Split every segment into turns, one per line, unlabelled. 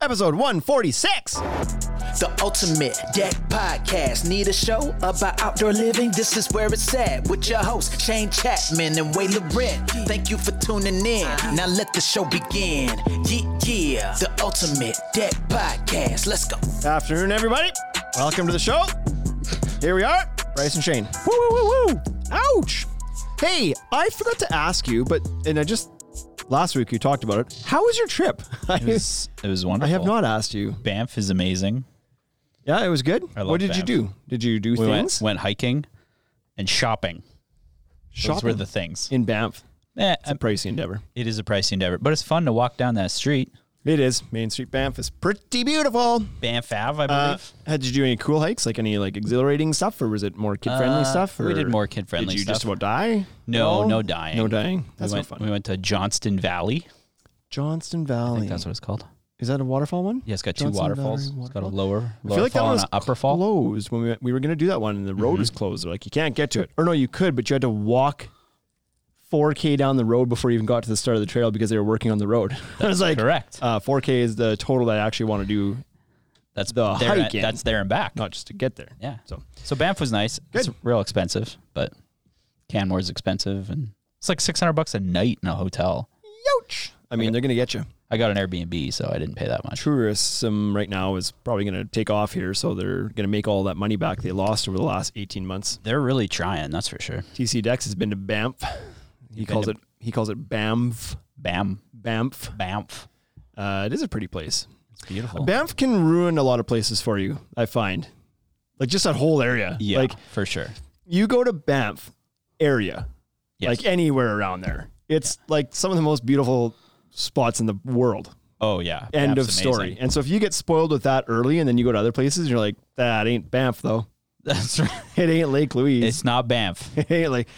episode 146.
The Ultimate Deck Podcast. Need a show about outdoor living? This is where it's at with your hosts, Shane Chapman and Way Loren. Thank you for tuning in. Now let the show begin. Yeah, yeah. The Ultimate Deck Podcast. Let's go.
Afternoon, everybody. Welcome to the show. Here we are, Bryce and Shane. Woo, woo, woo, woo. Ouch. Hey, I forgot to ask you, but, and I just, last week you talked about it. How was your trip? I,
It was, it was
I
wonderful.
have not asked you.
Banff is amazing.
Yeah, it was good.
I love
what did you
Banff.
do? Did you do
We went,
things?
went hiking and shopping. Those were the things.
in Banff.
Eh,
It's a pricey endeavor.
it is a pricey endeavor, but it's fun to walk down that street.
It is. Main Street Banff is pretty beautiful.
Banff Ave, I believe.
Uh, had you do any cool hikes, like any like exhilarating stuff, or was it more kid friendly stuff? Or
Uh, we did more kid-friendly
Did you just
stuff.
about die?
No, no dying.
No dying. That's no
we, went,
fun.
we went to Johnston Valley.
Johnston Valley.
That's what it's called.
Is that a waterfall one?
Yeah, it's got two
Johnston Valley
waterfalls. It's got a
waterfall.
lower,
I feel
lower
like that
fall and
was
an upper fall. Mm-hmm.
closed when we went- we were gonna do that one, and the road was closed. They're like, you can't get to it, or no, you could, but you had to walk. 4K down the road before you even got to the start of the trail because they were working on the road. I was like,
correct.
Uh, 4K is the total that I actually want to do,
That's
the
there, and-
hike in.
That's there and back.
not just to get there.
yeah. So,
So
Banff was nice. It's
Good.
real expensive, but Canmore's expensive, and it's like six hundred bucks a night in a hotel.
Ouch. I mean, they're going to get you.
I got an Airbnb, so I didn't pay that much.
Tourism right now is probably going to take off here, so they're going to make all that money back they lost over the last 18 months.
They're really trying, that's for sure.
TC Dex has been to Banff. He calls it he calls it Banff.
Bam,
Banff.
Banff.
Uh, it is a pretty place.
It's beautiful.
Banff can ruin a lot of places for you, I find. Like just that whole area.
yeah,
Like
for sure.
you go to Banff area,
Yes.
like anywhere around there. It's like some of the most beautiful spots in the world.
oh yeah.
End
Banff's
of story.
amazing.
And so if you get spoiled with that early and then you go to other places, you're like, that ain't Banff though.
That's right.
It ain't Lake Louise.
It's not Banff.
It ain't like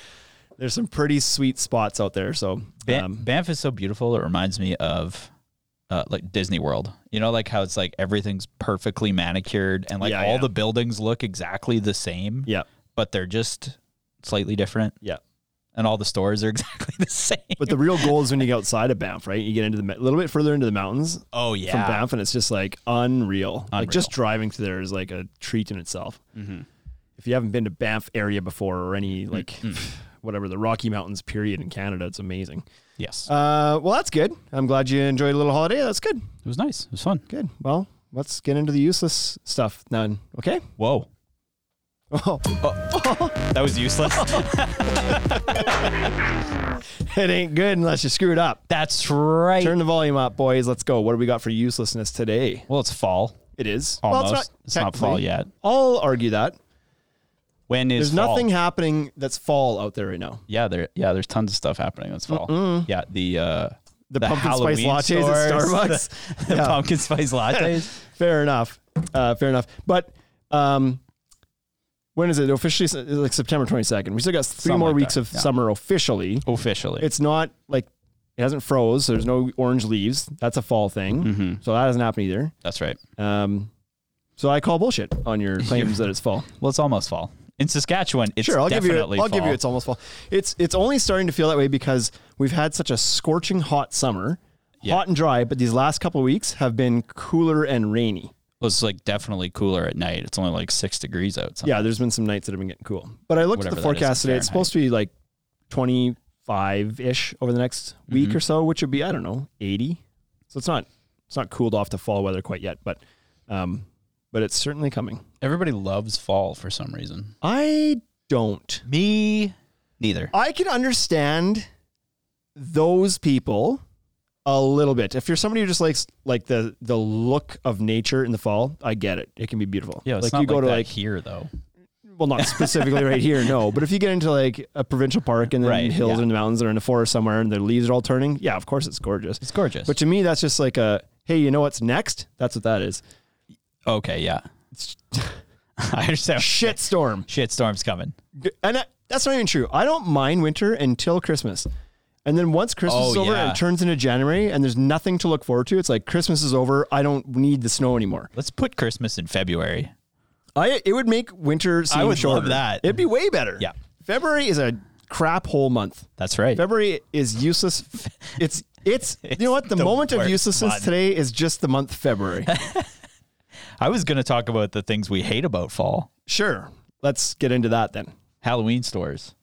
there's some pretty sweet spots out there. So
Ban-
um,
Banff is so beautiful. It reminds me of uh, like Disney World. You know, like how it's like everything's perfectly manicured and like
Yeah,
all
yeah.
the buildings look exactly the same,
yeah,
but they're just slightly different,
yeah.
and all the stores are exactly the same.
But the real goal is when you get outside of Banff, right? You get into the a little bit further into the mountains
oh yeah.
from Banff, and it's just like unreal. Mm-hmm. Like
Unreal.
just driving through there is like a treat in itself. If you haven't been to Banff area before or any like whatever the Rocky Mountains period in Canada, it's amazing.
Yes.
Uh, well, that's good. I'm glad you enjoyed a little holiday. That's good.
it was nice. It was fun.
Good. Well, let's get into the useless stuff now. Okay.
Whoa.
Oh,
That was useless.
it ain't good unless you screw it up.
That's right.
Turn the volume up, boys. Let's go. What do we got for uselessness today?
well, it's fall.
It is
Almost.
Well,
it's, not, fall
technically.
yet.
I'll argue that.
When is
There's
fall?
nothing happening that's fall out there right now.
Yeah, there. Yeah, there's tons of stuff happening this fall. Yeah, the uh,
The pumpkin spice
Halloween
lattes at
stores,
Starbucks.
the, the
Yeah.
pumpkin spice lattes.
Fair enough. Uh, fair enough. But um, when is it officially? It's like September 22nd. We still got three
Something
more
like
weeks
that,
of
yeah.
summer officially.
Officially,
It's not like it hasn't froze. So there's no orange leaves. That's a fall thing.
Mm-hmm.
So that doesn't happen either.
that's right.
Um, so I call bullshit on your claims that it's fall.
Well, it's almost fall in Saskatchewan. It's
Sure, I'll give you.
definitely
I'll give you.
fall.
It's almost fall. It's it's only starting to feel that way because we've had such a scorching hot summer,
Yeah.
hot and dry. But these last couple of weeks have been cooler and rainy.
Well, it's like definitely cooler at night. It's only like six degrees out.
Yeah, there's been some nights that have been getting cool. But I looked at the
Whatever that is in
forecast today. It's supposed to be like 25 ish over the next
Mm-hmm.
week or so, which would be I don't know 80. So it's not it's not cooled off to fall weather quite yet, but um, but it's certainly coming.
Everybody loves fall for some reason.
I don't.
Me, neither.
I can understand those people a little bit. If you're somebody who just likes like the the look of nature in the fall, I get it. It can be beautiful.
Yeah, it's
like
not
you go to
that
like
here though.
well, not specifically right here, no. But if you get into like a provincial park and then
Right,
hills
yeah.
and mountains or in the forest somewhere and the leaves are all turning, yeah, of course it's gorgeous.
It's gorgeous.
But to me, that's just like a hey, you know what's next? That's what that is.
okay, yeah,
It's
I understand.
shit storm.
Shitstorm's coming.
and that, that's not even true. I don't mind winter until Christmas. And then once Christmas
Oh,
is over and
yeah.
it turns into January and there's nothing to look forward to, it's like Christmas is over. I don't need the snow anymore.
Let's put Christmas in February.
I it would make winter seem
would love
shorter.
that.
It'd be way better.
Yeah.
February is a crap hole month.
That's right.
February is useless. it's It's you know what the,
the
moment of
worst
uselessness
month.
today is just the month February.
I was going to talk about the things we hate about fall.
sure, let's get into that then.
Halloween stores.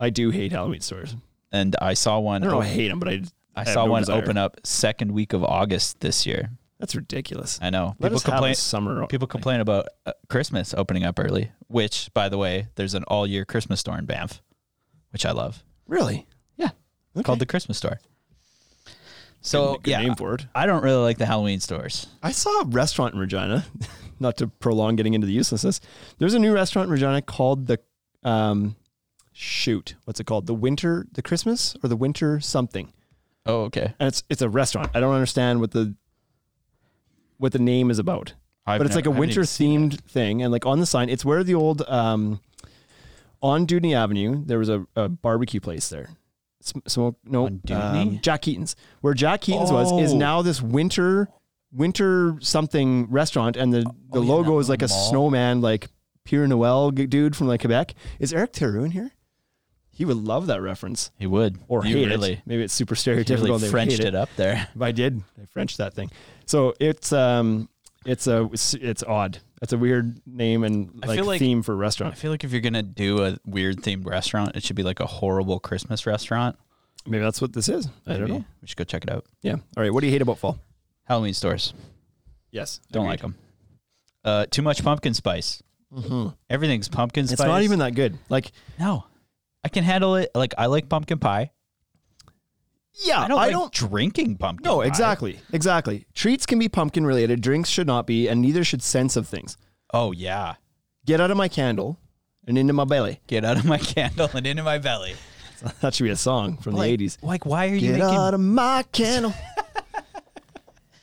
I do hate Halloween stores.
And I saw one.
I don't know, I hate them, but I
I
have
saw
no
one
desire.
open up second week of August this year.
That's ridiculous.
I know.
Let
people
us have
complain
a summer.
people complain about uh, Christmas opening up early, which by the way, there's an all-year Christmas store in Banff, which I love.
really?
Yeah. It's Called the Christmas store. So,
Good
yeah.
name for it.
I don't really like the Halloween stores.
I saw a restaurant in Regina. Not to prolong getting into the uselessness. There's a new restaurant in Regina called the um, shoot. What's it called? The winter, the Christmas, or the winter something.
Oh, okay.
And it's it's a restaurant. I don't understand what the what the name is about.
I've
but it's
never-
like a
I haven't
winter
even
themed thing, and like on the sign, it's where the old um, on Dudney Avenue there was a, a barbecue place there. Sm- Smoke no
On Dudney?
um, Jack Keaton's, where Jack Keaton's was, is
Oh.
now this winter winter something restaurant, and the the
Oh, yeah,
logo
that
is like a
little mall.
snowman, like Pierre Noel g- dude from like Quebec. Is Eric Theroux in here? He would love that reference
He would.
or
you
hate
really,
it. Maybe it's super
you
stereotypical.
really
they would
Frenched
hate
it up there.
I did. I French that thing. So it's um, it's a it's, it's odd. That's a weird name and
I
like,
feel like-
theme for a
I
restaurant.
feel like if you're gonna do a weird themed restaurant, it should be like a horrible Christmas restaurant.
Maybe that's what this is. I don't
Maybe.
know.
We should go check it out.
Yeah. All right. What do you hate about fall?
Halloween stores.
Yes.
Don't like them. Uh, too much pumpkin spice. Everything's pumpkin
Mm-hmm. It's
spice.
not even that good. Like,
No, I can handle it. Like I like pumpkin pie.
yeah,
I don't. like drinking pumpkin.
no,
pie.
exactly, exactly. Treats can be pumpkin related. Drinks should not be, and neither should scents of things.
Oh yeah.
Get out of my candle and into my belly.
Get out of my candle and into my belly.
That should be a song from
like,
the '80s.
Like why are you
Get
making?
out of my candle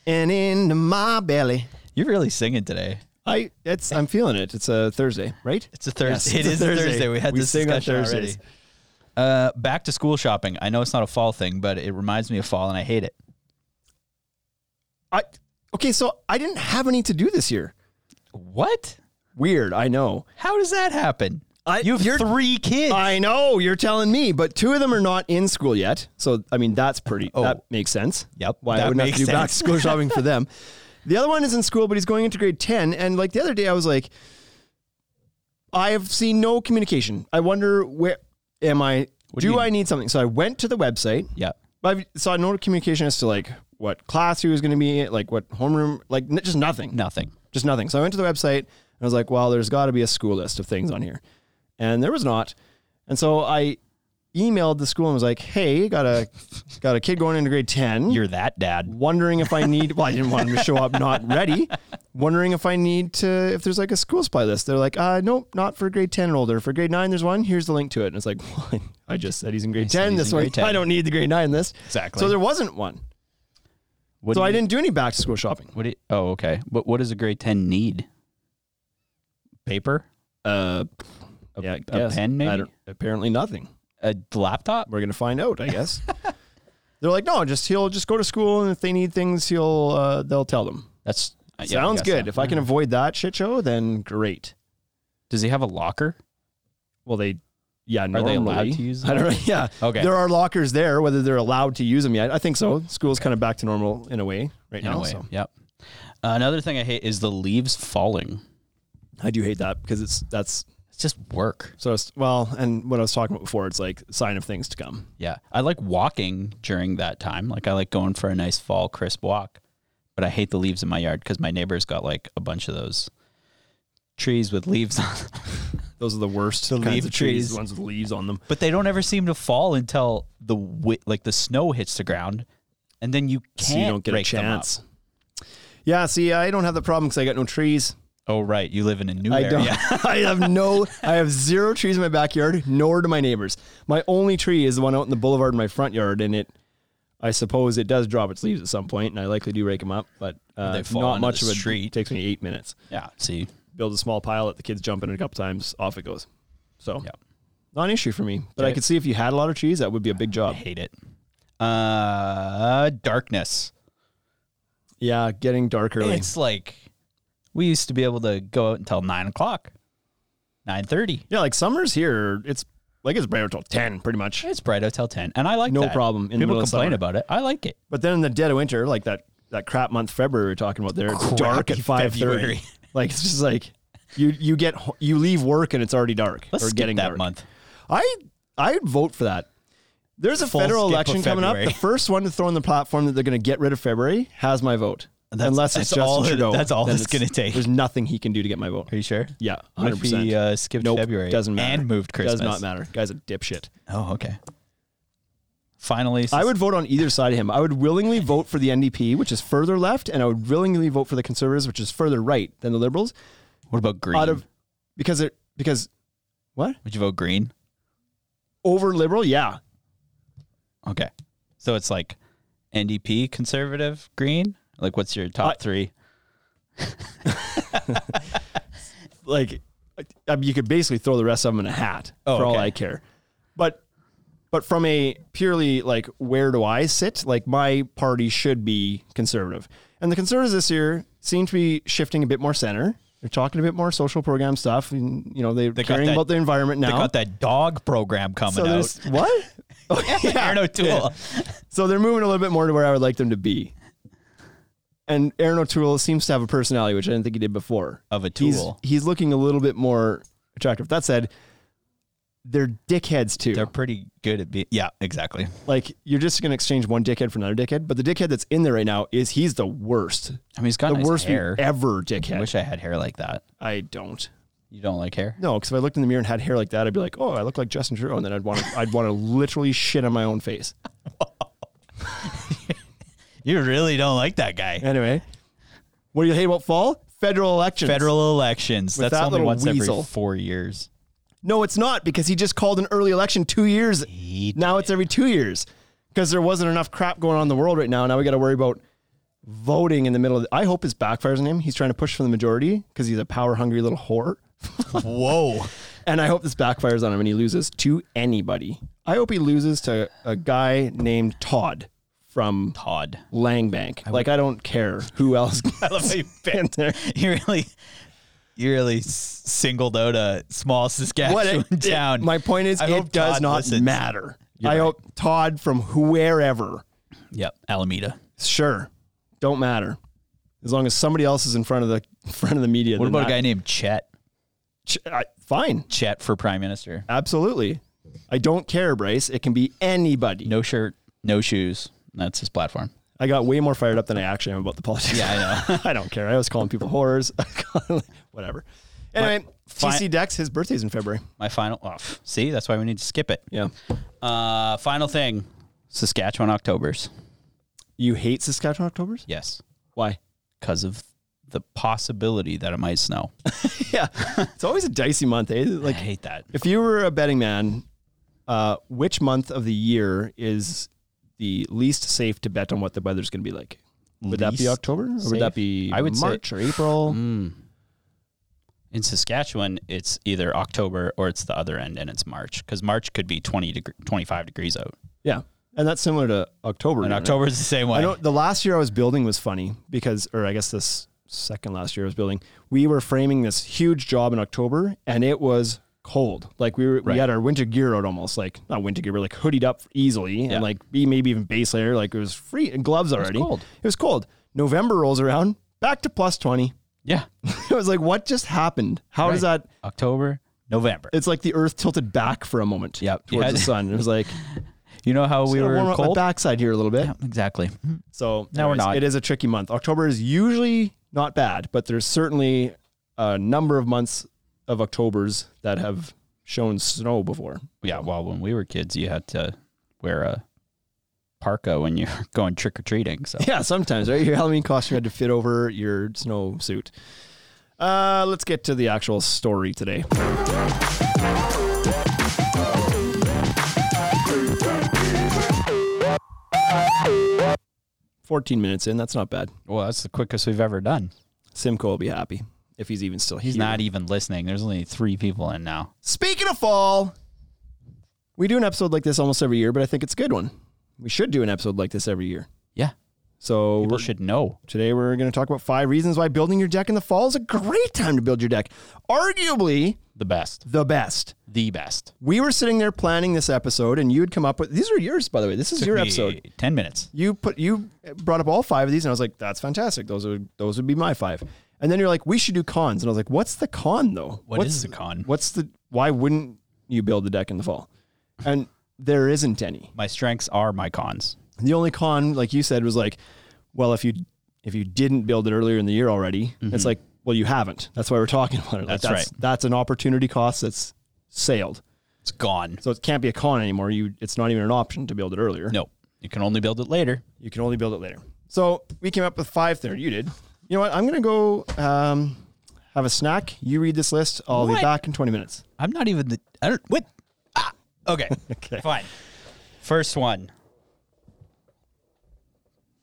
and into my belly.
You're really singing today.
I it's I'm feeling it. It's a Thursday, right?
It's a Thursday.
Yes,
it is a Thursday. We had this
sing on
discussion already.
Thursdays.
Uh, back to school shopping. I know it's not a fall thing, but it reminds me of fall, and I hate it.
I okay, so I didn't have any to do this year.
What?
Weird, I know.
How does that happen?
I-
you
you're-
have three kids.
I know you're telling me, but two of them are not in school yet. So I mean, that's pretty.
Oh.
That makes sense.
Yep,
Why I
that
would not
makes
do back to
sense.
school shopping for them. The other one is in school, but he's going into grade ten. And like the other day, I was like, I have seen no communication. I wonder where am I?
do
do
you-
I need something? So I went to the website.
yep.
But I've, so I no communication as to like what class he was going to be, in, like what homeroom, like n- just nothing,
Nothing.
just nothing. So I went to the website and I was like, well, there's got to be a school list of things on here, and there was not. And so I emailed the school and was like, hey, got a got a kid going into grade ten.
You're that dad.
wondering if I need. Well, I didn't want him to show up not ready. Wondering if I need to if there's like a school supply list. They're like, uh, nope, not for grade ten and older. For grade nine, there's one. Here's the link to it. And it's like, well, I just said he's in grade
said
ten.
he's
This
in
one,
grade 10.
I don't need the grade nine list.
Exactly.
So there wasn't one.
What
so
do
I
you-
didn't do any back to school shopping.
What? Do you, oh, okay. But what does a grade ten need? Paper,
Uh, a,
a pen maybe?
apparently nothing.
a laptop.
We're gonna find out, I guess. They're like, no, just he'll just go to school, and if they need things, he'll uh, they'll tell them.
That's uh, yeah, I
Sounds
guess
good.
so.
If I can avoid that shit show, then great.
Does he have a locker?
Well, they, yeah,
Are they allowed to use
I don't know.
them?
Yeah.
Okay.
There are lockers there. Whether they're allowed to use them yet, I think so. School's kind of back to normal in a way right
In
now.
a way.
So
Yep. another thing I hate is the leaves falling.
I do hate that because it's that's
It's just work.
so it's, well, and what I was talking about before, it's like a sign of things to come.
Yeah. I like walking during that time. Like I like going for a nice fall crisp walk. But I hate the leaves in my yard because my neighbor's got like a bunch of those trees with leaves on them.
Those are the worst kinds
leaf
of trees,
trees.
the ones with leaves on them.
But they don't ever seem to fall until the wi- like the snow hits the ground and then you can't
so you don't get a
rake them up.
chance. Yeah, see, I don't have the problem because I got no trees.
Oh right, you live in a new
I don't.
area.
I have no. I have zero trees in my backyard, nor do my neighbors. My only tree is the one out in the boulevard in my front yard, and it. I suppose it does drop its leaves at some point, and I likely do rake them up, but uh,
They fall
not
onto
much
the
of a
street.
Takes me eight minutes.
yeah, see.
Build a small pile, let the kids jump in it a couple times, off it goes. So,
Yeah.
not an issue for me. But I
Okay.
could see if you had a lot of trees, that would be a big
I
job.
hate it. Uh darkness.
Yeah, getting dark early.
It's like we used to be able to go out until nine o'clock, nine thirty.
Yeah, like summers here, it's Like it's bright until ten, pretty much.
It's bright out till ten, and I like
No
that.
problem in the
People
middle of
complain
summer.
about it. I like it.
But then in the dead of winter, like that that crap month February we we're talking about there, it's
Crap
dark at five
February.
thirty. Like it's just like you you get ho- you leave work and it's already dark
Let's
or
skip
getting
that
dark.
month.
I I'd vote for that. There's a
Full
federal
skip of
election coming up.
February.
The first one to throw on the platform that they're going to get rid of February has my vote.
That's-
Unless it's
that's all
Justin
it-
Trudeau,
that's all
Then
it's gonna take.
There's nothing he can do to get my vote.
Are you sure?
Yeah,
What
hundred
if we,
percent.
uh, skipped February
Doesn't matter.
and moved Christmas?
Does not matter. Guy's a dipshit.
Oh, okay. Finally,
I would vote on either side of him. I would willingly vote for the NDP, which is further left, and I would willingly vote for the Conservatives, which is further right than the Liberals.
What about green?
Out of because it because what
would you vote green?
over Liberal? Yeah,
Okay, so it's like NDP, conservative, green. Like, what's your top
I-
three?
like I mean, you could basically throw the rest of them in a hat
Oh,
for all
okay.
I care. But but from a purely like where do I sit? Like my party should be conservative, and the conservatives this year seem to be shifting a bit more center. They're talking a bit more social program stuff, and you know they, are
got
caring
that-
about the environment now.
They got that dog program coming
so
out.
there's what? Oh, yeah.
Aaron O'Toole.
So they're moving a little bit more to where I would like them to be. And Aaron O'Toole seems to have a personality, which I didn't think he did before.
Of a
He's-
tool.
He's, looking a little bit more attractive. That said, they're dickheads too.
They're pretty good at being. Yeah, exactly.
like you're just gonna exchange one dickhead for another dickhead. But the dickhead that's in there right now is he's the worst.
I mean, he's got
The
nice
worst
hair.
we've ever
I
dickhead.
wish I had hair like that.
I don't.
You don't like hair?
No, because if I looked in the mirror and had hair like that, I'd be like, oh, I look like Justin Trudeau, and then I'd want to, I'd want to literally shit on my own face.
You really don't like that guy.
Anyway, what do you hate about fall? Federal elections.
Federal elections.
With
That's
that
only
little
once
weasel.
every four years.
No, it's not because he just called an early election two years.
He
Now it's every two years because there wasn't enough crap going on in the world right now. Now we got to worry about voting in the middle. Of the, I hope this backfires on him. He's trying to push for the majority because he's a power hungry little whore.
Whoa.
And I hope this backfires on him and he loses to anybody. I hope he loses to a guy named Todd from
Todd.
Langbank. like, I don't care who else
I love how you
in there.
You really, you really s- singled out a small
What
Saskatchewan
it,
town.
my point is,
I
it
hope
does
Todd
not
listens.
matter.
You're
I
right.
hope Todd from wherever
yep, Alameda.
Sure. Don't matter. As long as somebody else is in front of the in front of the media.
What
then
about a
that-
guy named Chet?
Ch- I, fine.
Chet for prime minister.
Absolutely. I don't care, Bryce. It can be anybody.
No shirt, no shoes. That's his platform.
I got way more fired up than I actually am about the politics.
Yeah, I know.
I don't care. I was calling people whores. Whatever. Anyway,
fi-
TC Dex, his birthday's in February.
My final. Oh, pff, see, that's why we need to skip it.
Yeah.
Uh, final thing, Saskatchewan Octobers.
You hate Saskatchewan Octobers?
Yes,
Why?
because of the possibility that it might snow.
yeah. It's always a dicey month, eh?
I
Like
hate that.
If you were a betting man, uh, which month of the year is the least safe to bet on what the weather's going to be like? Would that be
Least
October? Or would that
safe?
be
I would say- Mm.
March or April?
In Saskatchewan, it's either October or it's the other end, and it's March because March could be 20 deg- 25 degrees out.
Yeah, and that's similar to October.
And
isn't it?
October is the same way.
I don't. The last year I was building was funny because, or I guess this second last year I was building, we were framing this huge job in October, and it was cold. Like we were, we
Right.
had our winter gear out almost, like not winter gear, but like hoodied up easily,
Yeah.
and like be maybe even base layer. Like it was free and gloves already.
cold.
It was cold. November rolls around, back to plus twenty.
yeah.
it was like, what just happened? How does
Right.
that?
October, November.
It's like the Earth tilted back for a moment
Yep.
towards
Yeah.
the sun. It was like
You know how we
"Gotta
were
warm up
cold?
my backside here a little bit.
Exactly.
So
No, we're
anyways,
not.
It is a tricky month. October is usually not bad, but there's certainly a number of months of Octobers that have shown snow before.
Yeah. Well, when we were kids, you had to wear a parka when you were going trick or treating. So
Yeah, sometimes, right? Your Halloween costume had to fit over your snow suit. Uh, let's get to the actual story today. Fourteen minutes in, that's not bad.
well, that's the quickest we've ever done.
Simcoe will be happy if he's even still here.
He's not even listening. There's only three people in now.
Speaking of fall, we do an episode like this almost every year, but I think it's a good one. We should do an episode like this every year.
Yeah.
So
People
we're-
should know.
today we're going to talk about five reasons why building your deck in the fall is a great time to build your deck. Arguably,
the best,
the best.
the best.
We were sitting there planning this episode, and you had come up with these are yours, by the way. This is your
Took me
episode.
Ten minutes.
you put you brought up all five of these, and I was like, "That's fantastic. Those are those would be my five. And then you're like, "We should do cons," and I was like, "What's the con though?
What
what's,
is the con?
What's the why wouldn't you build the deck in the fall?" And there isn't any.
My strengths are my cons.
The only con, like you said, was like, "Well, if you if you didn't build it earlier in the year already, it's like, well, you haven't. That's why we're talking about it. Like,
Mm-hmm. That's right.
That's an opportunity cost that's sailed,
It's gone.
so it can't be a con anymore. You, it's not even an option to build it earlier.
No, you can only build it later.
You can only build it later. So we came up with five there. You did. You know what? I'm gonna go um, have a snack. You read this list. I'll be
What?
back in 20 minutes.
I'm not even the. I don't. What? Ah. Okay.
Okay.
Fine. First one.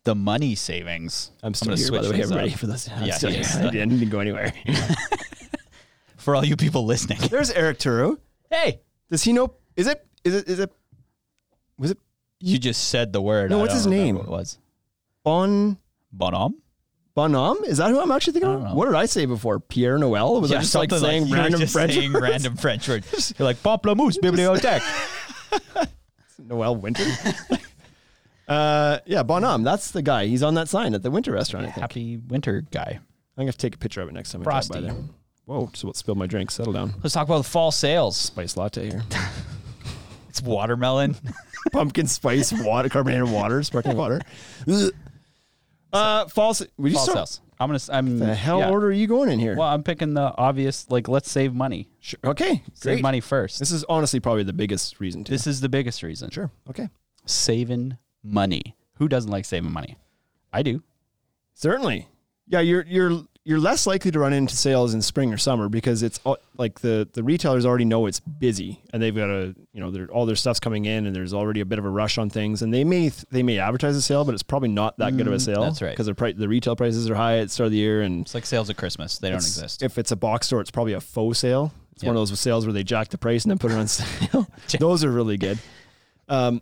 The money savings.
I'm still
gonna
here, by
switch
the way,
things up.
everybody. For this, I'm
Yeah,
still
he
here.
is.
I didn't go anywhere.
For all you people listening.
There's Eric Turo.
Hey,
Does he know? Is it? Is it? Is it? Was it
you just said the word.
No,
I
what's
don't
his
remember
name?
What it was
Bon?
Bonhomme?
Bonhomme? Is that who I'm actually thinking
don't
of?
know.
What did I say before? Pierre Noel? Was I just like
something
saying
you were
random
just
French
saying
words?
random French words. You're like pamplemousse, bibliothèque.
Noel Winter? uh, yeah, Bonhomme. That's the guy. He's on that sign at the Winter Restaurant, I think.
Happy winter guy.
I'm going to take a picture of it next time I
Frosty.
drive by there. Whoa, just about spilled my drink. Settle down.
Let's talk about the fall sales.
Spice latte here.
It's watermelon.
Pumpkin spice water, carbonated water, sparkling water. Ugh. uh, false. Would you
fall
start-
sales. I'm gonna. s- I'm
The hell
yeah.
order are you going in here?
Well, I'm picking the obvious. Like, let's save money.
Sure. Okay,
Save
great.
money first.
This is honestly probably the biggest reason to.
This is the biggest reason.
Sure. Okay.
Saving money. Who doesn't like saving money? I do.
Certainly. Yeah, you're you're you're less likely to run into sales in spring or summer because it's all, like the the retailers already know it's busy and they've got a you know their all their stuff's coming in and there's already a bit of a rush on things and they may they may advertise a sale but it's probably not that good of a sale
Mm, that's right.
because the pri- the retail prices are high at the start of the year and
It's like sales at Christmas. They don't exist.
if it's a box store it's probably a faux sale it's one of those sales where they jack the price and then put it on sale those are really good Um,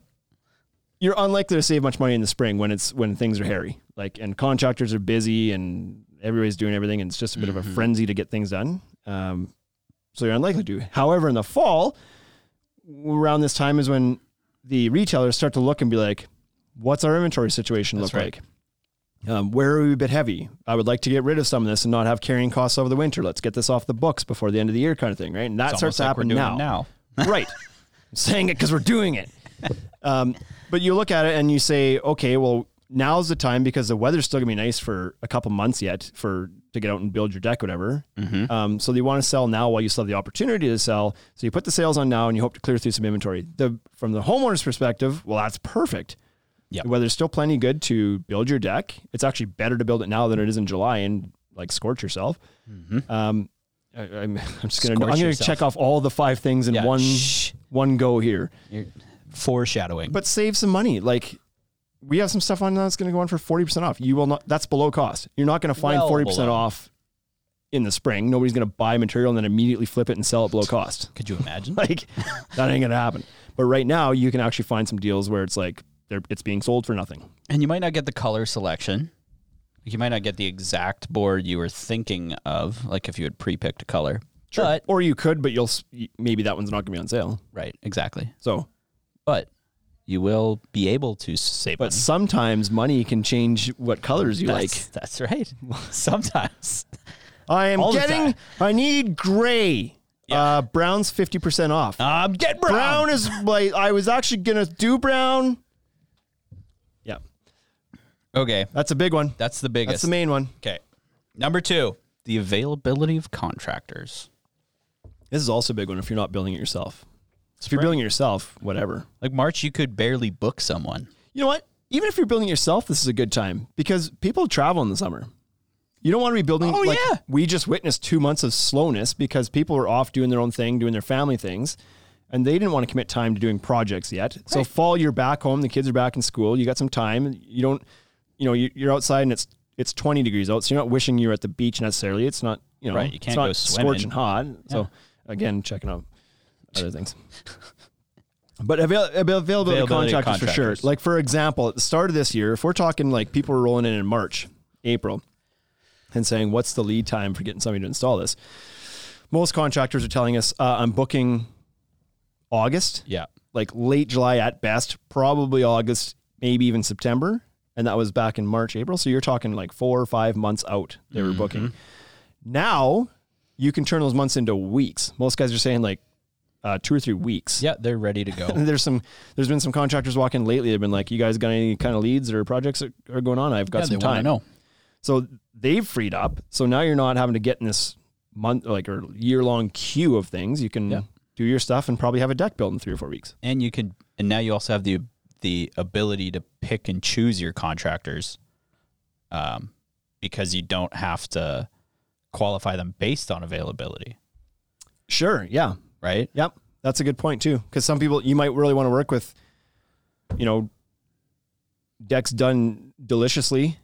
you're unlikely to save much money in the spring when it's when things are hairy like and contractors are busy and everybody's doing everything and it's just a bit of
Mm-hmm.
a frenzy to get things done um, so you're unlikely to however in the fall around this time is when the retailers start to look and be like what's our inventory situation look
right.
like um, where are we a bit heavy i would like to get rid of some of this and not have carrying costs over the winter let's get this off the books before the end of the year kind of thing right and that
It's
starts
almost like we're
happening
doing it now.
Right. I'm saying it because we're doing it. Um, but you look at it and you say, okay, well, now's the time because the weather's still gonna be nice for a couple months yet for to get out and build your deck, whatever. Um, so you want to sell now while you still have the opportunity to sell. So you put the sales on now and you hope to clear through some inventory. The from the homeowner's perspective, well, that's perfect.
Yep.
The weather's still plenty good to build your deck. It's actually better to build it now than it is in July and like scorch yourself. Um, I, am just gonna
Scorch
I'm gonna
yourself.
check off all the five things in
Yeah.
one
Shh.
one go here,
You're foreshadowing.
but save some money. Like we have some stuff on now that's going to go on for forty percent off. You will not. That's below cost. You're not going to find
Well
forty percent
below.
off in the spring. Nobody's going to buy material and then immediately flip it and sell it below cost.
Could you imagine?
Like that ain't going to happen. But right now, you can actually find some deals where it's like they're, it's being sold for nothing.
and you might not get the color selection. You might not get the exact board you were thinking of, like if you had pre-picked a color. But
Or you could, but you'll s- maybe that one's not going to be on sale.
right, exactly.
So,
But you will be able to save
but
money.
sometimes money can change what colors you like.
That's- that's right. Sometimes
I am
All the
getting.
time.
I need gray. Uh, brown's fifty percent off.
um, get
brown. is like I was actually gonna do brown. Yeah,
Okay,
that's a big one.
that's the
That's
biggest.
the main one.
okay, number two, the availability of contractors.
This is also a big one if you're not building it yourself. If you're building it yourself, whatever.
Like March, you could barely book someone.
You know what? Even if you're building it yourself, this is a good time because people travel in the summer. You don't want to be building.
Oh,
like,
yeah.
We just witnessed two months of slowness because people were off doing their own thing, doing their family things, and they didn't want to commit time to doing projects yet. So fall, you're back home. The kids are back in school. You got some time. You don't. You know, you- you're outside and it's it's 20 degrees out. So you're not wishing you're at the beach necessarily. It's not. You know,
Right, you can't
it's not
go swimming.
Scorching hot. So again, checking out other things. But avail- avail- availability, of
Availability of
contractors for sure.
contractors.
Like for example, at the start of this year, if we're talking like people were rolling in in March, April, and saying what's the lead time for getting somebody to install this, most contractors are telling us, uh, I'm booking August,
Yeah.
like late July at best, probably August, maybe even September. And that was back in March, April. So you're talking like four or five months out they were booking. Now you can turn those months into weeks. Most guys are saying like uh, two or three weeks.
Yeah, they're ready to go.
There's some. There's been some contractors walking lately. They've been like, "You guys got any kind of leads or projects that are going on? I've got
yeah, they
some
want to
time."
know.
So they've freed up. So now you're not having to get in this month like or year long queue of things. You can
Yeah.
do your stuff and probably have a deck built in three or four weeks.
and you could and now you also have the the ability to pick and choose your contractors um because you don't have to qualify them based on availability
Sure. Yeah.
right
Yep. That's a good point too. Because some people you might really want to work with, you know, decks done deliciously.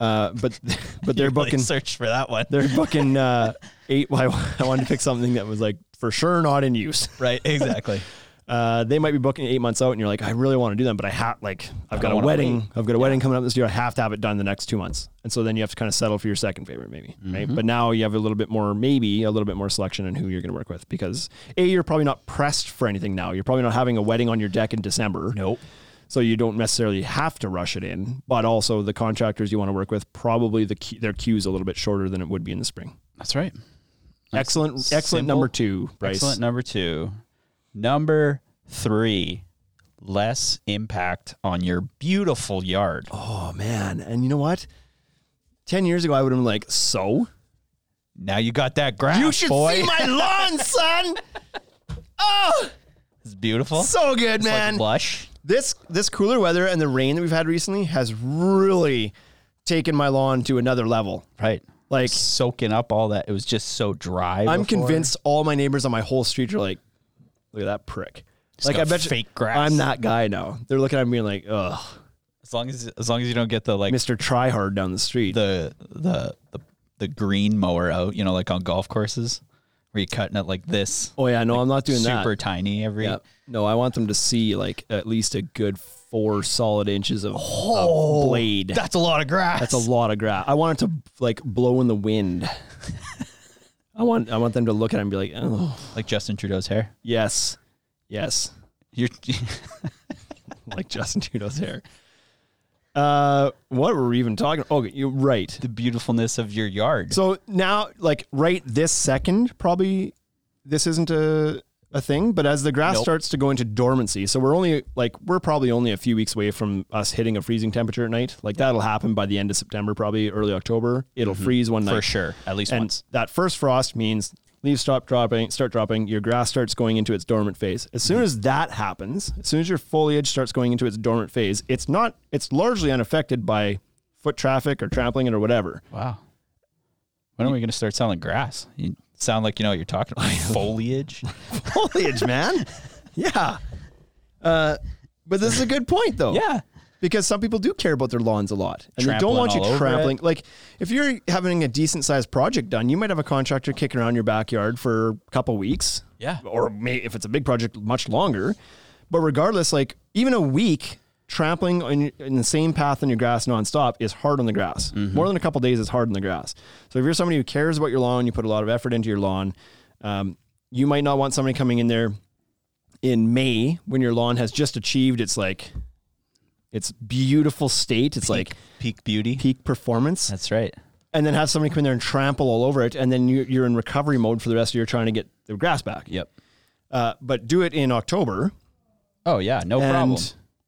Uh, but but they're
Really
booking
search for that one
they're booking uh, eight. Well, I wanted to pick something that was like for sure not in use.
right exactly
uh, they might be booking eight months out, and you're like, I really want to do them, but I have like I've got a
wanna
wedding, I've got a wedding coming up this year. I have to have it done the next two months, and so then you have to kind of settle for your second favorite, maybe.
Mm-hmm.
Right, but now you have a little bit more, maybe a little bit more selection in who you're going to work with because a you're probably not pressed for anything now. You're probably not having a wedding on your deck in December,
nope
so you don't necessarily have to rush it in. But also the contractors you want to work with probably the que- their queues a little bit shorter than it would be in the spring.
that's right
Excellent, excellent
Simple.
number two, Bryce.
excellent number two number three less impact on your beautiful yard
Oh man, and you know what? Ten years ago, I would have been like, "So Ah,
now you got that grass
you should
boy
see my lawn, son. Oh,
it's beautiful
so good,
It's like
man.
lush
this this cooler weather and the rain that we've had recently has really taken my lawn to another level.
right
Like,
soaking up all that it was just so dry
I'm
before.
convinced all my neighbors on my whole street are like, "Look at that prick." like,
got
I bet you-
fake grass.
I'm that guy now. They're looking at me like, "Ugh,
As long as as long as you don't get the like
Mister Tryhard down the street."
the, the the the green mower out, you know, like on golf courses where you're cutting it like this,
oh yeah, no, I'm not doing that.
super tiny every.
Yeah. No, I want them to see like at least a good four solid inches of, of blade.
That's a lot of grass.
That's a lot of grass. I want it to like blow in the wind. I want I want them to look at it and be like, oh
like Justin Trudeau's hair.
yes, yes,
You're
like Justin Trudeau's hair. Uh, what were we even talking? Oh, you're right.
the beautifulness of your yard.
So now, like right this second, probably this isn't a a thing. But as the grass
Nope.
starts to go into dormancy, so we're only like we're probably only a few weeks away from us hitting a freezing temperature at night. Like that'll happen by the end of September, probably early October. It'll freeze one night
Mm-hmm. for sure, at least
and
once.
that first frost means leaves stop dropping, start dropping. Your grass starts going into its dormant phase. As
Mm-hmm.
soon as that happens, as soon as your foliage starts going into its dormant phase, it's not. It's largely unaffected by foot traffic or trampling it or whatever.
Wow. When are we going to start selling grass? You sound like you know what you're talking about. Foliage.
foliage, man. Yeah. Uh, but this is a good point, though.
Yeah.
Because some people do care about their lawns a lot, and they
Trampling
don't want
all
you
over
trampling. Like, if you're having a decent sized project done, you might have a contractor kicking around your backyard for a couple weeks.
Yeah.
Or may, if it's a big project, much longer. But regardless, like even a week trampling on, in the same path on your grass nonstop is hard on the grass. More than a couple days is hard on the grass. So if you're somebody who cares about your lawn, you put a lot of effort into your lawn. Um, you might not want somebody coming in there in May when your lawn has just achieved its like its beautiful state. It's like
peak beauty.
peak performance,
That's right.
and then have somebody come in there and trample all over it, and then you, you're in recovery mode for the rest of your trying to get the grass back.
Yep.
Uh, but do it in October,
Oh yeah, no
and
problem.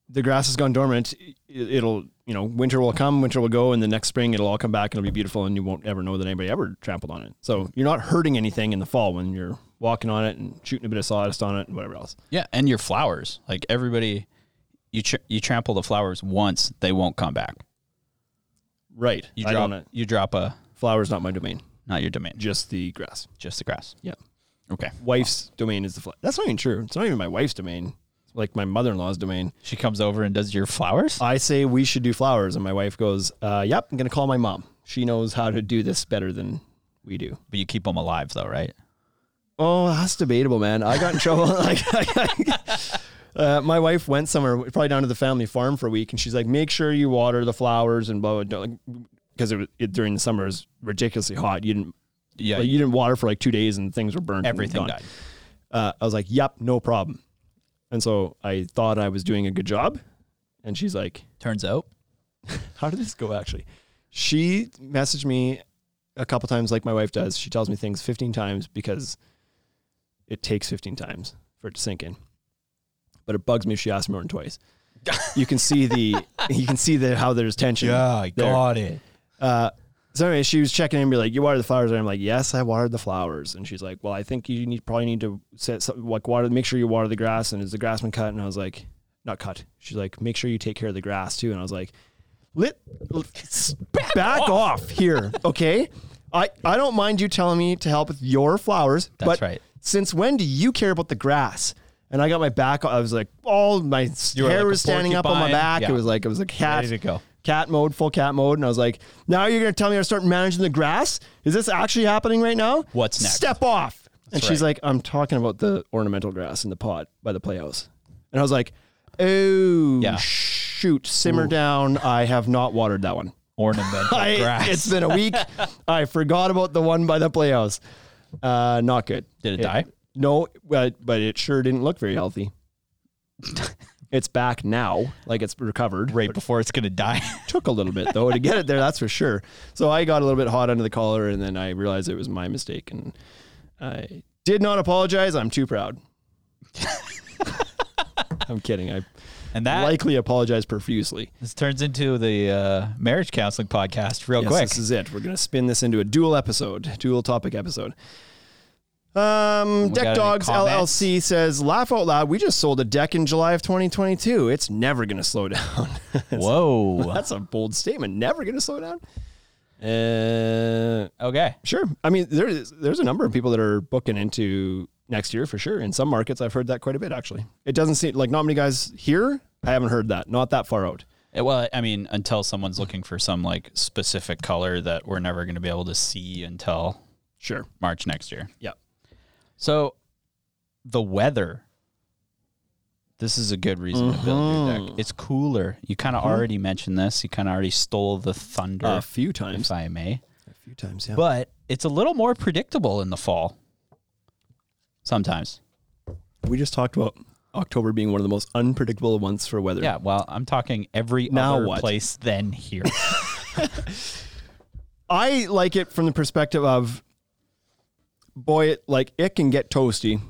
the grass has gone dormant. I- It'll you know winter will come, winter will go, and the next spring it'll all come back. It'll be beautiful, and you won't ever know that anybody ever trampled on it. So you're not hurting anything in the fall when you're walking on it and shooting a bit of sawdust on it and whatever else.
Yeah, and your flowers. Like everybody, you tr- you trample the flowers once, they won't come back.
Right.
You
I
drop
don't.
you drop a
Flowers not my domain.
not your domain, just,
Just the grass.
the grass.
Yeah.
Okay,
Wife's domain is the flower. That's not even true. It's not even my wife's domain. It's like my mother-in-law's domain.
she comes over and does your flowers.
I say we should do flowers, and my wife goes, uh, "Yep, I'm gonna call my mom. She knows how to do this better than we do."
But you keep them alive though, right?
Oh, that's debatable, man. I got in trouble. like, uh, my wife went somewhere, probably down to the family farm for a week, and she's like, "Make sure you water the flowers and blah blah." blah like, because it, was- it during the summer it was ridiculously hot. You didn't
Yeah,
Like you didn't water for like two days and things were burned. and
everything
gone.
died.
Uh, I was like, yep, no problem. And so I thought I was doing a good job. And she's like,
Turns out,
how did this go actually? She messaged me a couple times, like my wife does. She tells me things 15 times because it takes 15 times for it to sink in. But it bugs me if she asks me more than twice. you can see the you can see the how there's tension. there.
it.
Uh, so anyway, she was checking in and be like, "You watered the flowers," and I'm like, "Yes, I watered the flowers." And she's like, "Well, I think you need probably need to set some, like water, make sure you water the grass." And is the grass been cut? And I was like, "Not cut." She's like, "Make sure you take care of the grass too." And I was like, "Lit, l- s- back, off. here, okay? I I don't mind you telling me to help with your flowers,
That's
but
right.
since when do you care about the grass?" And I got my back. I was like, all my s-
You were
hair
like a
was standing up on my
porcupine.
back. It
Yeah.
was like it was a cat
Ready to go.
cat mode, full cat mode. And I was like, now you're going to tell me I start managing the grass? Is this actually happening right now?
What's next?
Step off. and she's
right.
like, I'm talking about the ornamental grass in the pot by the playhouse. And I was like, oh,
Yeah.
shoot, simmer down. I have not watered that one.
Ornamental
I,
grass.
It's been a week. I forgot about the one by the playhouse. Uh, not good.
Did it die?
No, but, but it sure didn't look very healthy. it's back now, like it's recovered
right before it's gonna die.
took a little bit though to get it there. That's for sure. So I got a little bit hot under the collar, and then I realized it was my mistake, and I did not apologize. I'm too proud. I'm kidding. I
and that
likely apologize profusely.
this turns into the uh, marriage counseling podcast real
Yes,
quick.
this is it. We're gonna spin this into a dual episode, dual topic episode. Um,
got
Deck
any
Dogs
comments?
LLC says, "Laugh out loud." We just sold a deck in July of 2022. It's never gonna slow down.
Whoa.
That's a bold statement. Never gonna slow down. Uh,
okay.
Sure. I mean, there's there's a number of people that are booking into next year for sure. In some markets, I've heard that quite a bit. Actually, it doesn't seem like not many guys here. I haven't heard that. Not that far out.
Yeah, Well, I mean, until someone's looking for some like specific color that we're never going to be able to see until
Sure.
March next year.
Yeah.
So, the weather. This is a good reason to build your deck. It's cooler. You kind of already mentioned this. You kind of already stole the thunder,
a few
if
times.
I may.
A few times. Yeah.
But it's a little more predictable in the fall. Sometimes.
we just talked about October being one of the most unpredictable months for weather.
Yeah. Well, I'm talking every
Now
other
what?
place than here.
I like it from the perspective of, boy, it like it can get toasty.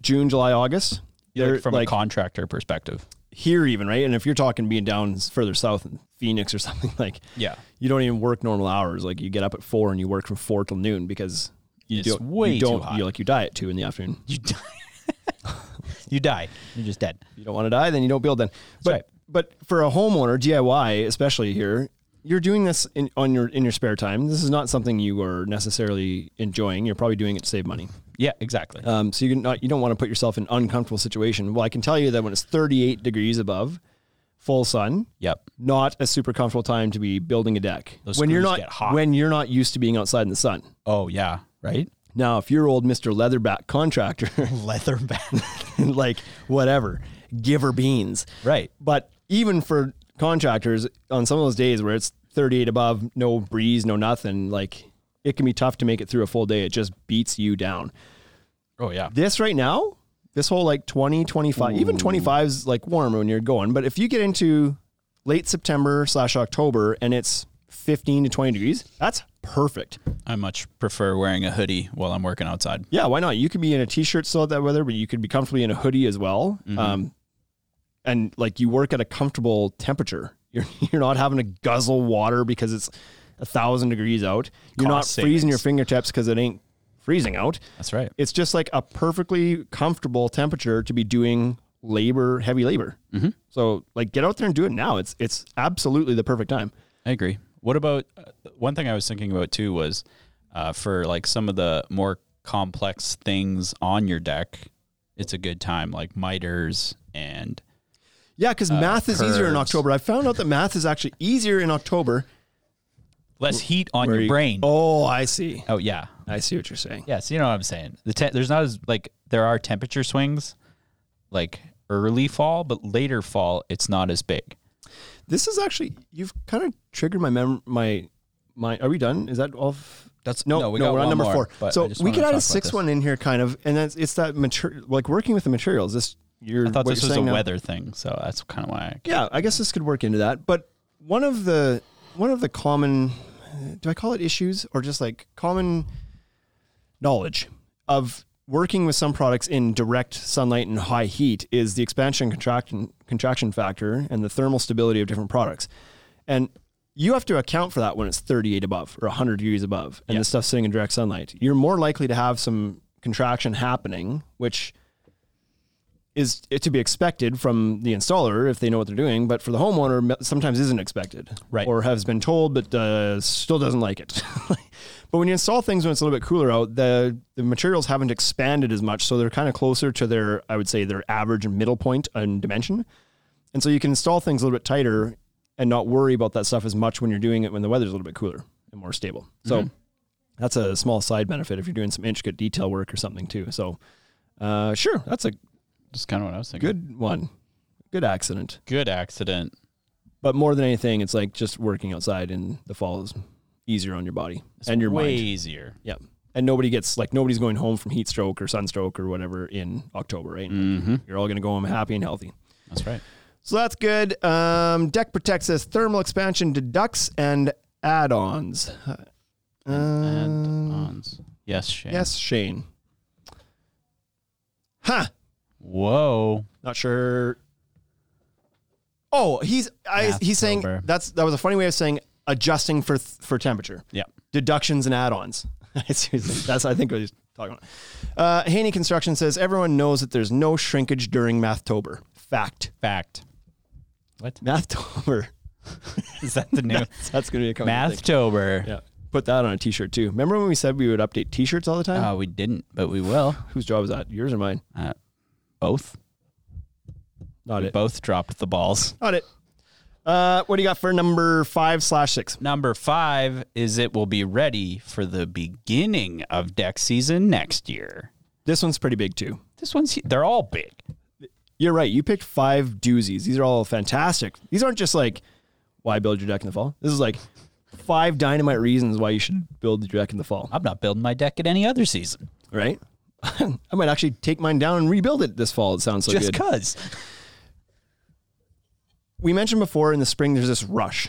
June, July, August. They're,
from a contractor perspective.
here even right and if you're talking being down further south in phoenix or something like
Yeah.
you don't even work normal hours like you get up at four and you work from four till noon because you
It's
don't
way
you
too
don't
hot.
you like you die at two in the afternoon
You die. you die. You're just dead.
you don't want to die then you don't build then but
right.
but for a homeowner diy especially here you're doing this in on your in your spare time this is not something you are necessarily enjoying you're probably doing it to save money
Yeah, exactly.
Um, so you can not, you don't want to put yourself in an uncomfortable situation. Well, I can tell you that when it's 38 degrees above, full sun,
Yep.
not a super comfortable time to be building a deck
Those
when you're
screws
not
get hot.
when you're not used to being outside in the sun.
Oh yeah. Right.
Now, if you're old Mister Leatherback contractor,
Leatherback.
like whatever, give her beans.
right.
But even for contractors, on some of those days where it's 38 above, no breeze, no nothing, like it can be tough to make it through a full day. It just beats you down.
Oh yeah.
this right now, this whole like 20, 25, even 25 is like warm when you're going. But if you get into late September slash October and it's 15 to 20 degrees, that's perfect.
I much prefer wearing a hoodie while I'm working outside.
Yeah, why not? You could be in a t-shirt still at that weather, but you could be comfortably in a hoodie as well.
Mm-hmm.
Um, and like you work at a comfortable temperature. You're you're not having to guzzle water because it's a thousand degrees out. You're not
Cost
freezing your
savings.
fingertips because it ain't freezing out.
That's right.
it's just like a perfectly comfortable temperature to be doing labor, heavy labor.
Mm-hmm.
So like get out there and do it now. It's it's absolutely the perfect time.
I agree. What about uh, one thing I was thinking about too was uh, for like some of the more complex things on your deck, it's a good time like miters and
Yeah, because math is easier in
Uh, curves.
October. I found out that math is actually easier in October.
less heat on
Where
your
you-
brain.
Oh, I see.
oh yeah.
I see what you're saying.
Yes, you know what I'm saying. The te- there's not as like there are temperature swings, like early fall, but later fall it's not as big.
This is actually you've kind of triggered my mem my my. Are we done? Is that all? F-
That's
No, no,
we got
we're on
one
number
more,
four.
but I
So
just
we
wanna
could add a
talk about
sixth
this.
one in here, kind of, and that's it's that mature, like working with the materials. This you're.
I thought
what
this
you're
was a
saying now-
weather thing, so that's kind of why. I,
Yeah, I guess this could work into that. But one of the one of the common, do I call it issues or just like common knowledge of working with some products in direct sunlight and high heat is the expansion contraction contraction factor and the thermal stability of different products. And you have to account for that when it's 38 above or 100 degrees above and the stuff's sitting in direct sunlight. You're more likely to have some contraction happening, which is to be expected from the installer if they know what they're doing, but for the homeowner, m- sometimes isn't expected,
Right.
Or has been told, but uh, still doesn't like it. but when you install things when it's a little bit cooler out, the the materials haven't expanded as much, so they're kind of closer to their, I would say, their average and middle point and dimension, and so you can install things a little bit tighter and not worry about that stuff as much when you're doing it when the weather's a little bit cooler and more stable. So that's a small side benefit if you're doing some intricate detail work or something too. So uh, sure, that's a
That's kind of what I was thinking.
good one good accident
good accident.
but more than anything it's like just working outside in the fall is easier on your body and your
way
mind
easier.
yeah and nobody gets like nobody's going home from heat stroke or sunstroke or whatever in october right
Mm-hmm.
you're all going to go home happy and healthy
That's right.
so that's good um, deck protects us thermal expansion deducts and add-ons
Uh, and
Um,
ons. Yes, Shane.
yes shane huh
Whoa.
Not sure. Oh, he's I, he's saying
October.
that's that was a funny way of saying adjusting for th- for temperature.
Yeah.
Deductions and add-ons. Seriously, that's I think what he's talking about. Uh, Haney Construction says everyone knows that there's no shrinkage during Mathtober. Fact.
Fact. What
Mathtober.
is that the new
That's gonna be a coming thing.
Mathtober?
Yeah. Put that on a T-shirt too. Remember when we said we would update T-shirts all the time?
Uh, we didn't, but we will.
Whose job is that? Yours or mine?
Uh, both.
Not it.
Both dropped the balls.
Not it. Uh, what do you got for number five slash six?
Number five is it will be ready for the beginning of deck season next year.
This one's pretty big too.
This one's they're all big.
You're right. You picked five doozies. These are all fantastic. These aren't just like why build your deck in the fall. This is like five dynamite reasons why you should build your deck in the fall.
I'm not building my deck at any other season.
Right? I might actually take mine down and rebuild it this fall. It sounds so
Just
good.
cause.
We mentioned before in the spring there's this rush.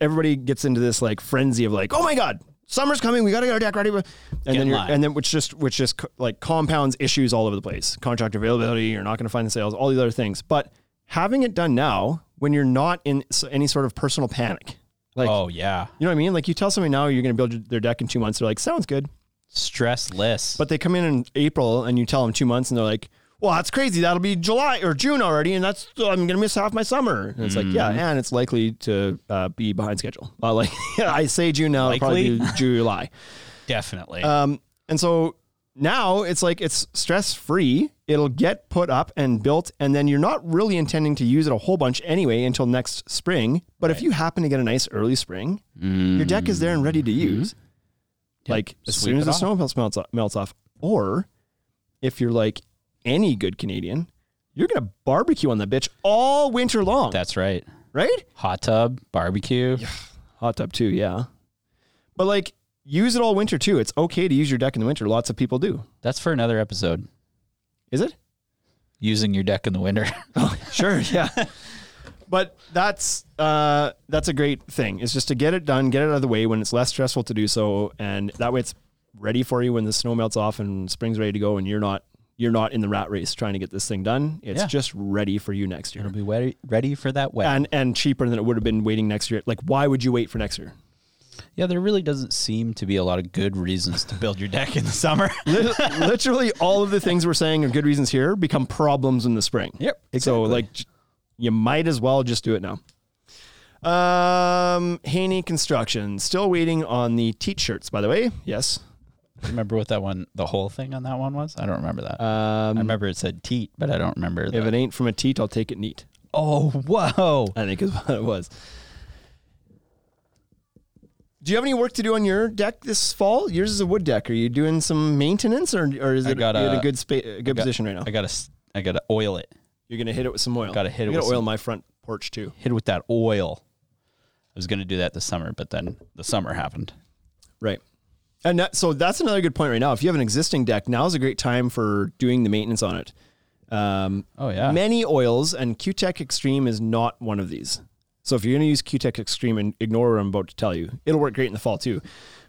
Everybody gets into this like frenzy of like, oh my god, summer's coming. We got to get our deck ready. And then
in
you're,
line.
and then which just which just co- like compounds issues all over the place. Contract availability. You're not going to find the sales. All these other things. But having it done now when you're not in s- any sort of personal panic. Like,
Oh yeah.
You know what I mean? Like you tell somebody now you're going to build their deck in two months. They're like, sounds good.
Stressless.
But they come in in April and you tell them two months and they're like, well, that's crazy. That'll be July or June already. And that's, I'm going to miss half my summer. And it's like, yeah. And it's likely to uh, be behind schedule. Uh, like I say June now, it'll probably be July.
definitely.
Um, and so now it's like it's stress free. It'll get put up and built, and then you're not really intending to use it a whole bunch anyway until next spring. But if you happen to get a nice early spring, your deck is there and ready to use. Like as
Sweep
soon
it
as the
off.
snow melts, melts off- melts off, or if you're like any good Canadian, you're gonna barbecue on the bitch all winter long,
That's right.
right?
Hot tub, barbecue.
Hot tub too, yeah. But like, use it all winter too. It's okay to use your deck in the winter. Lots of people do.
That's for another episode.
Is it?
Using your deck in the winter.
sure, yeah. But that's uh, that's a great thing. Is just to get it done, get it out of the way when it's less stressful to do so, and that way it's ready for you when the snow melts off and spring's ready to go, and you're not you're not in the rat race trying to get this thing done. It's
Yeah.
just ready for you next year,
It'll be ready, ready for that wet.
and and cheaper than it would have been waiting next year. Like, why would you wait for next year?
yeah, there really doesn't seem to be a lot of good reasons to build your deck in the summer.
Lit- Literally, all of the things we're saying are good reasons here become problems in the spring.
Yep,
So,
exactly.
like, j- you might as well just do it now. Um, Haney Construction still waiting on the teat shirts, by the way. Yes.
remember what that one, the whole thing on that one was? I don't remember that. I
Um,
remember it said teat, but I don't remember.
if
the-
it ain't from a teat, I'll take it neat.
oh, whoa.
I think is what it was. Do you have any work to do on your deck this fall? Yours is a wood deck. Are you doing some maintenance, or, or is
I
it
got
you're in a
a-
good spa- a good
Got-
position right now?
I gotta, s- I gotta oil it.
You're gonna hit it with some oil.
Gotta hit
I
it
gotta
with
oil
some-
my front porch too.
Hit it with that oil. I was gonna do that this summer, but then the summer happened.
Right. And that, so that's another good point right now. If you have an existing deck, now is a great time for doing the maintenance on it. Um,
Oh, yeah.
Many oils, and Q-Tech Extreme is not one of these. So if you're going to use Q-Tech Extreme and ignore what I'm about to tell you, it'll work great in the fall too.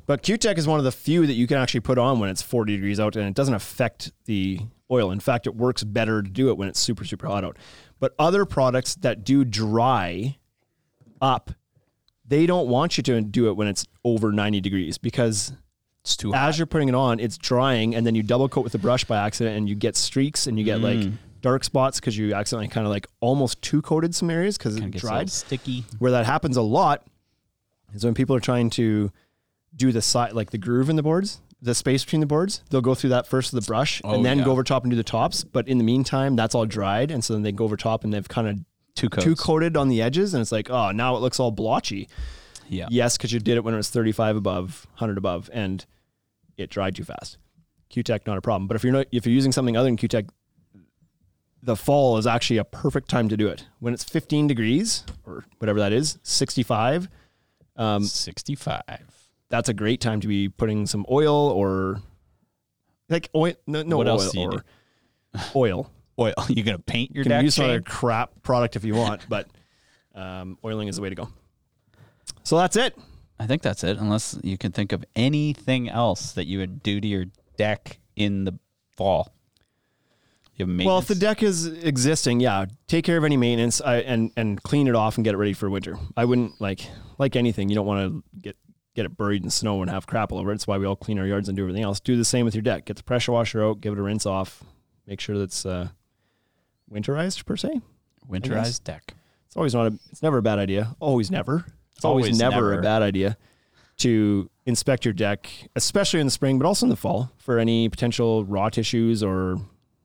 But Q-Tech is one of the few that you can actually put on when it's 40 degrees out and it doesn't affect the oil. In fact, it works better to do it when it's super, super hot out. But other products that do dry up, they don't want you to do it when it's over 90 degrees because
It's too hot.
as you're putting it on, it's drying, and then you double coat with the brush by accident, and you get streaks, and you get like
Mm.
dark spots because you accidentally kind of like almost two coated some areas because it
It gets a little
dried.
sticky.
Where that happens a lot is when people are trying to do the side, like the groove in the boards, the space between the boards. They'll go through that first with the brush,
Oh,
and then
yeah.
go over top and do the tops. But in the meantime, that's all dried, and so then they go over top and they've kind of
Two coats.
two coated on the edges, and it's like, oh, now it looks all blotchy.
Yeah.
Yes, because you did it when it was 35 above, 100 above, and it dried too fast. Q-Tech not a problem, but if you're not if you're using something other than Q-Tech, the fall is actually a perfect time to do it. When it's 15 degrees or whatever that is, 65,
65.
that's a great time to be putting some oil or like oil. No, no
What
oil.
else do you
or, oil.
Oil. You're going to paint your
You can
deck
use some
chain?
other crap product if you want, but um, oiling is the way to go. So that's it.
I think that's it, unless you can think of anything else that you would do to your deck in the fall. You have
Well, if the
maintenance.
deck is existing, yeah, take care of any maintenance I, and and clean it off and get it ready for winter. I wouldn't like like anything. You don't want to get get it buried in snow and have crap all over it. That's why we all clean our yards and do everything else. Do the same with your deck. Get the pressure washer out. Give it a rinse off. Make sure that's uh, winterized per se. guess.
winterized deck.
It's always not a. It's never a bad idea. Always never. It's always,
Always
never, a
never.
bad idea to inspect your deck, especially in the spring, but also in the fall for any potential rot issues or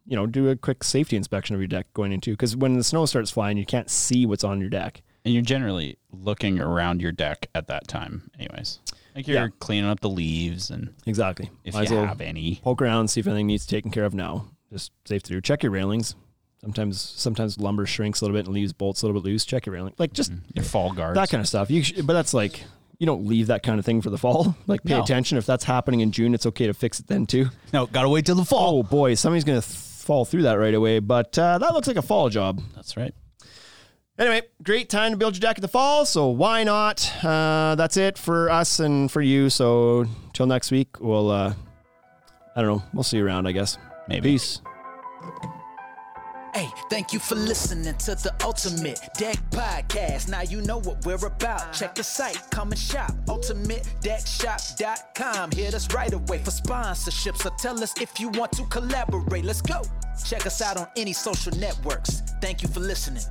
you know do a quick safety inspection of your deck going into because when the snow starts flying, you can't see what's on your deck.
And you're generally looking around your deck at that time, anyways. Like you're
Yeah.
cleaning up the leaves and
Exactly.
if
Might as
you
well
have any.
poke around, see if anything needs taken care of now. Just safe to do. Check your railings. Sometimes sometimes lumber shrinks a little bit and leaves bolts a little bit loose. Check your railing. Like just
Your fall guards.
that kind of stuff. You, sh- but that's like you don't leave that kind of thing for the fall. Like pay
No.
attention. If that's happening in June, it's okay to fix it then too.
no, gotta wait till the fall.
Oh boy, somebody's gonna th- fall through that right away. But uh, that looks like a fall job.
That's right.
Anyway, great time to build your deck in the fall. So why not? Uh, that's it for us and for you. So till next week, we'll. Uh, I don't know. We'll see you around, I guess.
Maybe.
Peace.
Hey, thank you for listening to the Ultimate Deck Podcast. Now you know what we're about. Check the site, come and shop. UltimateDeckShop.com. Hit us right away for sponsorships or tell us if you want to collaborate. Let's go. Check us out on any social networks. Thank you for listening.